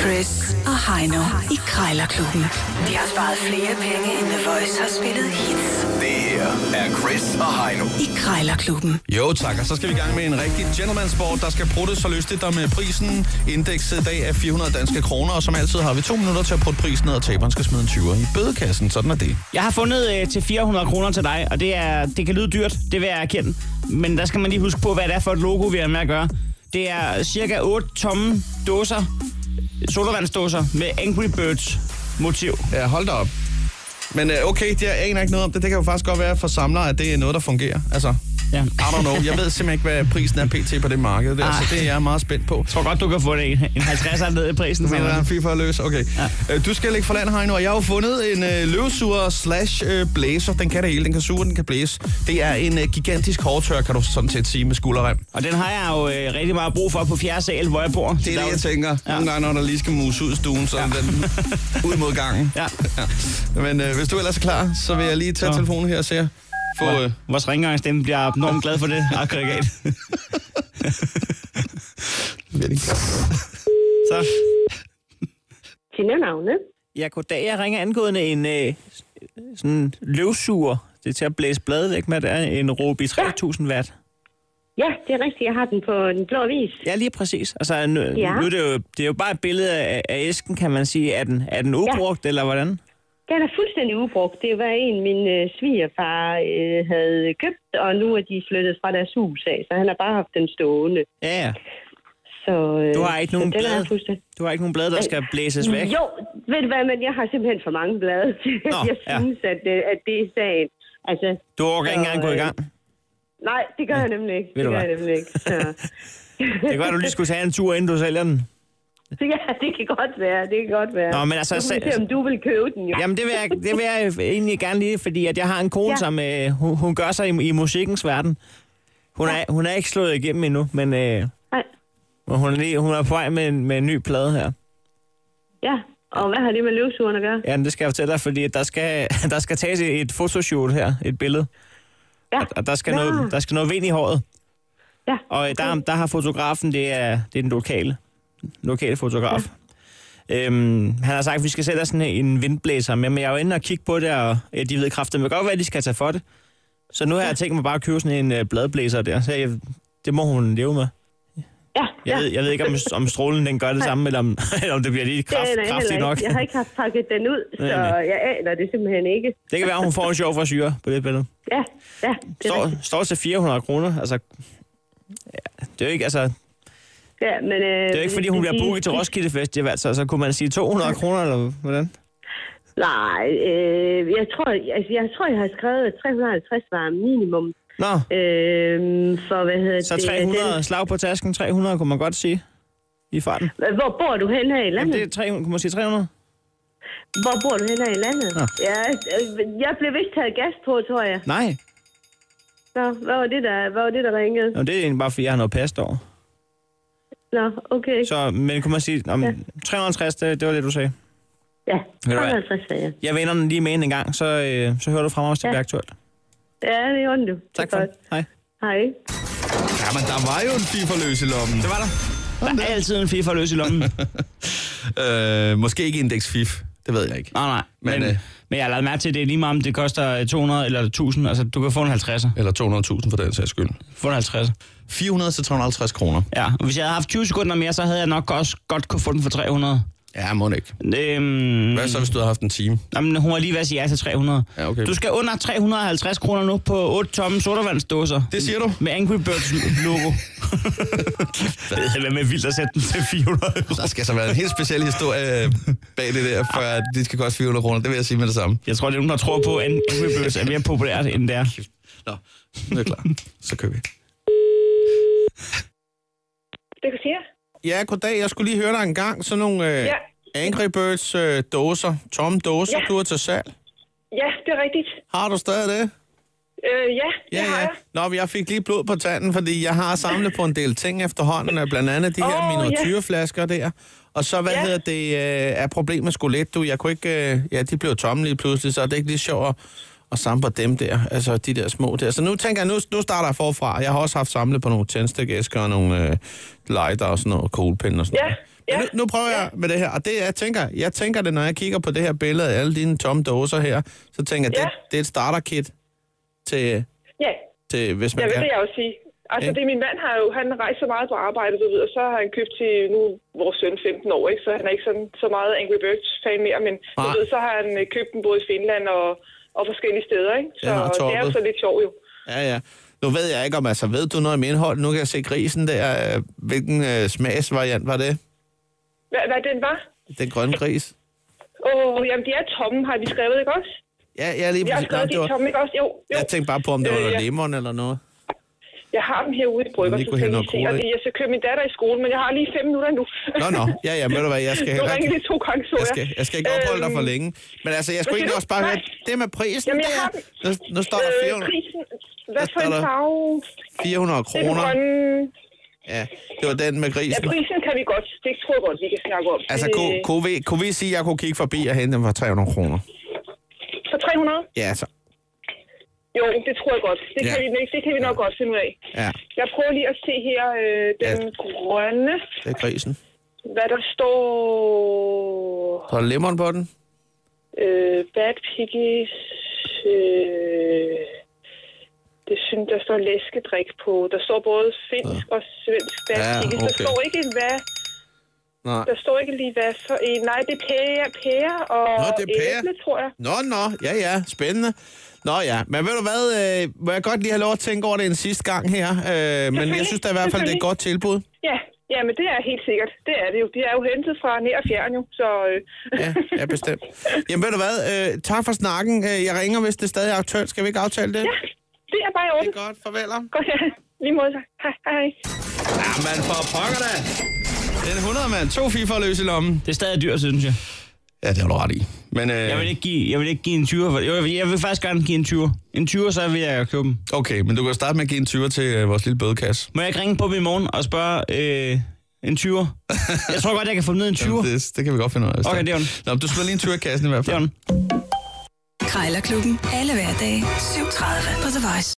Chris og Heino i Krejlerklubben. De har sparet flere penge, end The Voice har spillet hits Det her er Chris og Heino. i Krejlerklubben. Jo tak, og så skal vi i gang med en rigtig gentleman sport, der skal prutte så lystigt der med prisen. Indekset i dag er 400 danske kroner, og som altid har vi to minutter til at prutte prisen ned, og taberen skal smide en 20'er i bødekassen. Sådan er det. Jeg har fundet øh, til 400 kroner til dig, og det, er, det kan lyde dyrt, det vil jeg erkende. Men der skal man lige huske på, hvad det er for et logo, vi har med at gøre. Det er cirka 8 tomme dåser, sodavandsdåser med Angry Birds motiv. Ja, hold da op. Men øh, okay, jeg aner ikke noget om det. Det kan jo faktisk godt være for samlere, at det er noget, der fungerer. Altså, Ja. I don't know. Jeg ved simpelthen ikke, hvad prisen er pt. på det marked der, så det er jeg meget spændt på. Jeg tror godt, du kan få det en, en 50'er ned i prisen. Du mener, der er en Sådan. FIFA løs? Okay. Ja. Øh, du skal ikke for land, Heino, og jeg har jo fundet en øh, løvsuger slash øh, blæser. Den kan det hele. Den kan suge, den kan blæse. Det er en øh, gigantisk hårdtør, kan du sådan set sige, med skulderrem. Og den har jeg jo øh, rigtig meget brug for på fjerde sal, hvor jeg bor. Det er det, jeg tænker. Ja. Nogle gange, når der lige skal muse ud i stuen, så ja. den ud mod gangen. Ja. ja. Men øh, hvis du ellers er klar, så vil jeg lige tage Så. telefonen her og se. Få, øh, Vores ringgangsstemme bliver enormt glad for det aggregat. Så. Kender navne? Ja, goddag. Jeg ringer angående en øh, sådan løvsuger. Det er til at blæse bladet væk med. Der er en Robi 3000 watt. Ja, det er rigtigt. Jeg har den på den blå avis. Ja, lige præcis. Altså, nu, ja. Ja. nu er det, jo, det er jo bare et billede af, af æsken, kan man sige. Er den, er den ubrugt, ja. eller hvordan? Den er fuldstændig ubrugt. Det var en, min øh, svigerfar øh, havde købt, og nu er de flyttet fra deres hus af, så han har bare haft den stående. Ja, ja. Så, øh, Du har ikke så nogen den er blade? fuldstændig... Du har ikke nogen blade, der skal blæses væk? Jo, ved du hvad, men jeg har simpelthen for mange blade til, at Nå, jeg ja. synes, at, øh, at det er sagen. Altså, Du orker ikke Så, engang gå i gang. nej, det gør jeg nemlig ikke. ved Det du gør hvad? jeg nemlig ikke. Så, Det kan være, du lige skulle tage en tur, inden du sælger den. så ja, det kan godt være, det kan godt være. Nå, men altså, Nu får vi sag- se, om du vil købe den, jo. Jamen, det vil jeg, det vil jeg egentlig gerne lige, fordi at jeg har en kone, ja. Ja. som øh, hun, hun gør sig i, i musikkens verden. Hun, er, hun er ikke slået igennem endnu, men øh, Nej. hun, er lige, hun er på vej med en, med en ny plade her. Ja, og hvad har det med løvsuren at gøre? Ja, men det skal jeg fortælle dig, fordi der skal, der skal tages et et fotoshoot her, et billede. Ja, Og der skal, Nå. noget, der skal noget vind i håret. ja. Og øh, der, der har fotografen, det er, det er den lokale, lokale fotograf. Ja. Øhm, han har sagt, at vi skal sætte os sådan en vindblæser med, men jeg er jo inde og kigge på det, og ja, de ved kraftigt, men godt, hvad de skal tage for det. Så nu har jeg tænkt mig bare at købe sådan en øh, bladblæser der, så jeg, det må hun leve med. ja, Jeg, ja. ved, jeg ved ikke, om, om strålen den gør det samme, eller om, eller om det bliver lige kraft, Det aner jeg heller kraftigt ikke. nok. Jeg har ikke haft pakket den ud, så Nej, nej. jeg aner det simpelthen ikke. Det kan være, hun får en sjov forsyre på det billede. Ja, ja, det er står, rigtigt. står til 400 kroner. Altså, ja, det er jo ikke, altså, det ja, men, øh, er jo ikke fordi, hun bliver booket til Roskilde Festival, så, så kunne man sige 200 kroner, eller hvordan? Nej, øh, jeg, tror, altså, jeg tror, jeg har skrevet, at 350 var minimum. Nå, Øh, for hvad hedder så det? 300, slag på tasken, 300 kunne man godt sige i farten. Den, hvor bor du hen her i Jamen, landet? det er 300, kunne man sige 300? Hvor bor du hen her i landet? Nå. Ja, øh, jeg blev vist taget gas på, tror jeg. Nej, Nå, hvad var det, der, hvad var det, der ringede? Nå, det er egentlig bare, fordi jeg har noget past over. Nå, okay. Så, men kunne man sige, om 360, det, det var det, du sagde. Ja, Ved du hvad? 350 sagde jeg. Jeg vender den lige med ind en gang, så, øh, så hører du fra mig, hvis det bliver aktuelt. Ja, det er ondt, du. Det Tak er for det. Hej. godt. Hej. ja, men der var jo en FIFA løs i lommen. Det var der. Der er altid en FIFA løs i lommen. Øh, måske ikke indeks FIF. Det ved jeg ikke. Nej, nej. Men, Men, men, øh, øh, men jeg har lagt mærke til, at det er lige meget, om det koster 200 eller 1000. Altså, du kan få en 50'er. Eller 200.000 for den sags skyld. Få en 50'er. 400 til 350 kroner. Ja, og hvis jeg havde haft 20 sekunder mere, så havde jeg nok også godt kunne få den for 300. Ja, må det ikke. Øhm, Hvad så, hvis du havde haft en time? Jamen, hun var lige ved at sige ja til 300. Ja, okay. Du skal under 350 kroner nu på 8 tomme sodavandsdåser. Det siger du. Med Angry Birds logo. det er med vildt at sætte den til 400 Der skal så være en helt speciel historie øh, bag det der, for at det skal koste 400 kroner. Det vil jeg sige med det samme. Jeg tror, det er nogen, der tror på, at Angry Birds er mere populært, end det er. Nå, nu er jeg klar. Så kører vi. Det kan sige. Ja, goddag. Jeg skulle lige høre dig en gang. Sådan nogle øh, Ja. Angry Birds øh, dåser, tomme dåser, ja. Ja. du har til salg. Ja, det er rigtigt. Har du stadig det? Øh, ja, det har jeg. Nå, men jeg fik lige blod på tanden, fordi jeg har samlet på en del ting efterhånden, øh, blandt andet de her Åh, oh, ja. miniatyrflasker der. Og så, hvad Ja. hedder det, øh, er problemet sgu lidt, du? Jeg kunne ikke, øh, ja, de blev tomme lige pludselig, så det er ikke lige sjovt at, at samle på dem der, altså de der små der. Så nu tænker jeg, nu, nu starter jeg forfra. Jeg har også haft samlet på nogle tændstikæsker og nogle øh, lighter og sådan noget, kuglepinde og sådan Ja. noget. Men nu, nu prøver jeg med det her, og det jeg tænker, jeg tænker det, når jeg kigger på det her billede af alle dine tomme dåser her, så tænker jeg, Ja. det, det er et starter-kit til, Ja, til hvis ja man det kan. vil jeg jo sige. Altså, Ja. det er min mand, har jo, han rejser meget på arbejde, du ved, og så har han købt til nu er vores søn 15 år, ikke? så han er ikke sådan, så meget Angry Birds-fan mere, men du Nej. ved, så har han øh, købt dem både i Finland og, og forskellige steder, ikke? Så Ja, og det er jo toppet. så lidt sjovt jo. Ja, ja. Nu ved jeg ikke om, altså ved du noget om indholdet? Nu kan jeg se grisen der. Øh, Hvilken øh, smagsvariant var det? Hvad, hvad den var? Den grønne gris? Åh, oh, jamen, de er tomme, har vi skrevet, ikke også? Ja, ja lige Jeg har præcis. Nå, skrevet, det de er var, tomme, ikke også? Jo, jo. jeg tænkte bare på, om det var Øh, noget ja. lemon eller noget. Jeg har dem herude i brygger, Men det så kunne kan hælde I noget se. cola Og i. det- jeg skal køre min datter i skole, men jeg har lige fem minutter nu. Nå, nå. Ja, ja, ved du hvad, jeg skal nu heller ringer ikke... de to gange, så Jeg skal, jeg skal ikke opholde dig for Øhm, længe. Men altså, jeg skulle hvad siger egentlig du? også bare høre, Nej. det med prisen Jamen, jeg har der, nu, nu står der Øh, 400, prisen, hvad Der for står en der farve? 400 Det er den kroner. grønne. Ja, det var den med Ja, grisen. prisen kan vi godt. Det tror jeg godt, vi kan snakke om. Øh, Altså, Det- kunne, kunne, vi, kunne vi sige, at jeg kunne kigge forbi og hente dem for 300 kroner? For 300? Ja, altså, så. Jo, det tror jeg godt. Det, Ja. kan, vi, det kan vi nok godt finde ud af. Ja, Jeg prøver lige at se her øh, den Ja. grønne, det er grisen. hvad der står... Så er der lemon på den. Øh, bad piggies... Øh, det synes, der står læskedrik på. Der står både finsk og svensk bad Ja, piggies. Der okay. står ikke, hvad... Nej. Der står ikke lige hvad for en. Nej, det er pære, pære og Nå, det er pære. æble, tror jeg. Nå, nå, ja, ja, spændende. Nå ja, men ved du hvad, øh, må jeg godt lige have lov at tænke over det en sidste gang her, øh, men jeg synes da i hvert fald, det er et godt tilbud. Ja, ja, men det er helt sikkert. Det er det jo. De er jo hentet fra nær og fjern jo, så... Øh, Ja, ja bestemt. Jamen ved du hvad, øh, tak for snakken. Øh, Jeg ringer, hvis det stadig er aktuelt. Skal vi ikke aftale det? Ja. det er bare i Det orden. er godt, farvel. om. Godt, ja. Lige måde. så. Hej, hej, hej. Jamen for pokker da. Den 100 mand, to fifer løs i lommen. Det er stadig dyrt, synes jeg. Ja, det har du ret i. Men øh, Jeg vil ikke give, jeg vil ikke give en 20'er. For, jo, jeg vil- jeg vil faktisk gerne give en 20'er. En 20'er, så vil jeg købe dem. okay, men du kan starte med at give en 20 til øh, vores lille bødekasse. Må jeg ikke ringe på dem i morgen og spørge øh, en 20'er? Jeg tror godt, jeg kan få dem ned i en 20'er. Det, det kan vi godt finde ud af. hvis Okay, det er den. Nå, men du smider lige en 20 i kassen i hvert Det fald. er den. Krejlerklubben. Alle hverdage. 7.30 på The Voice.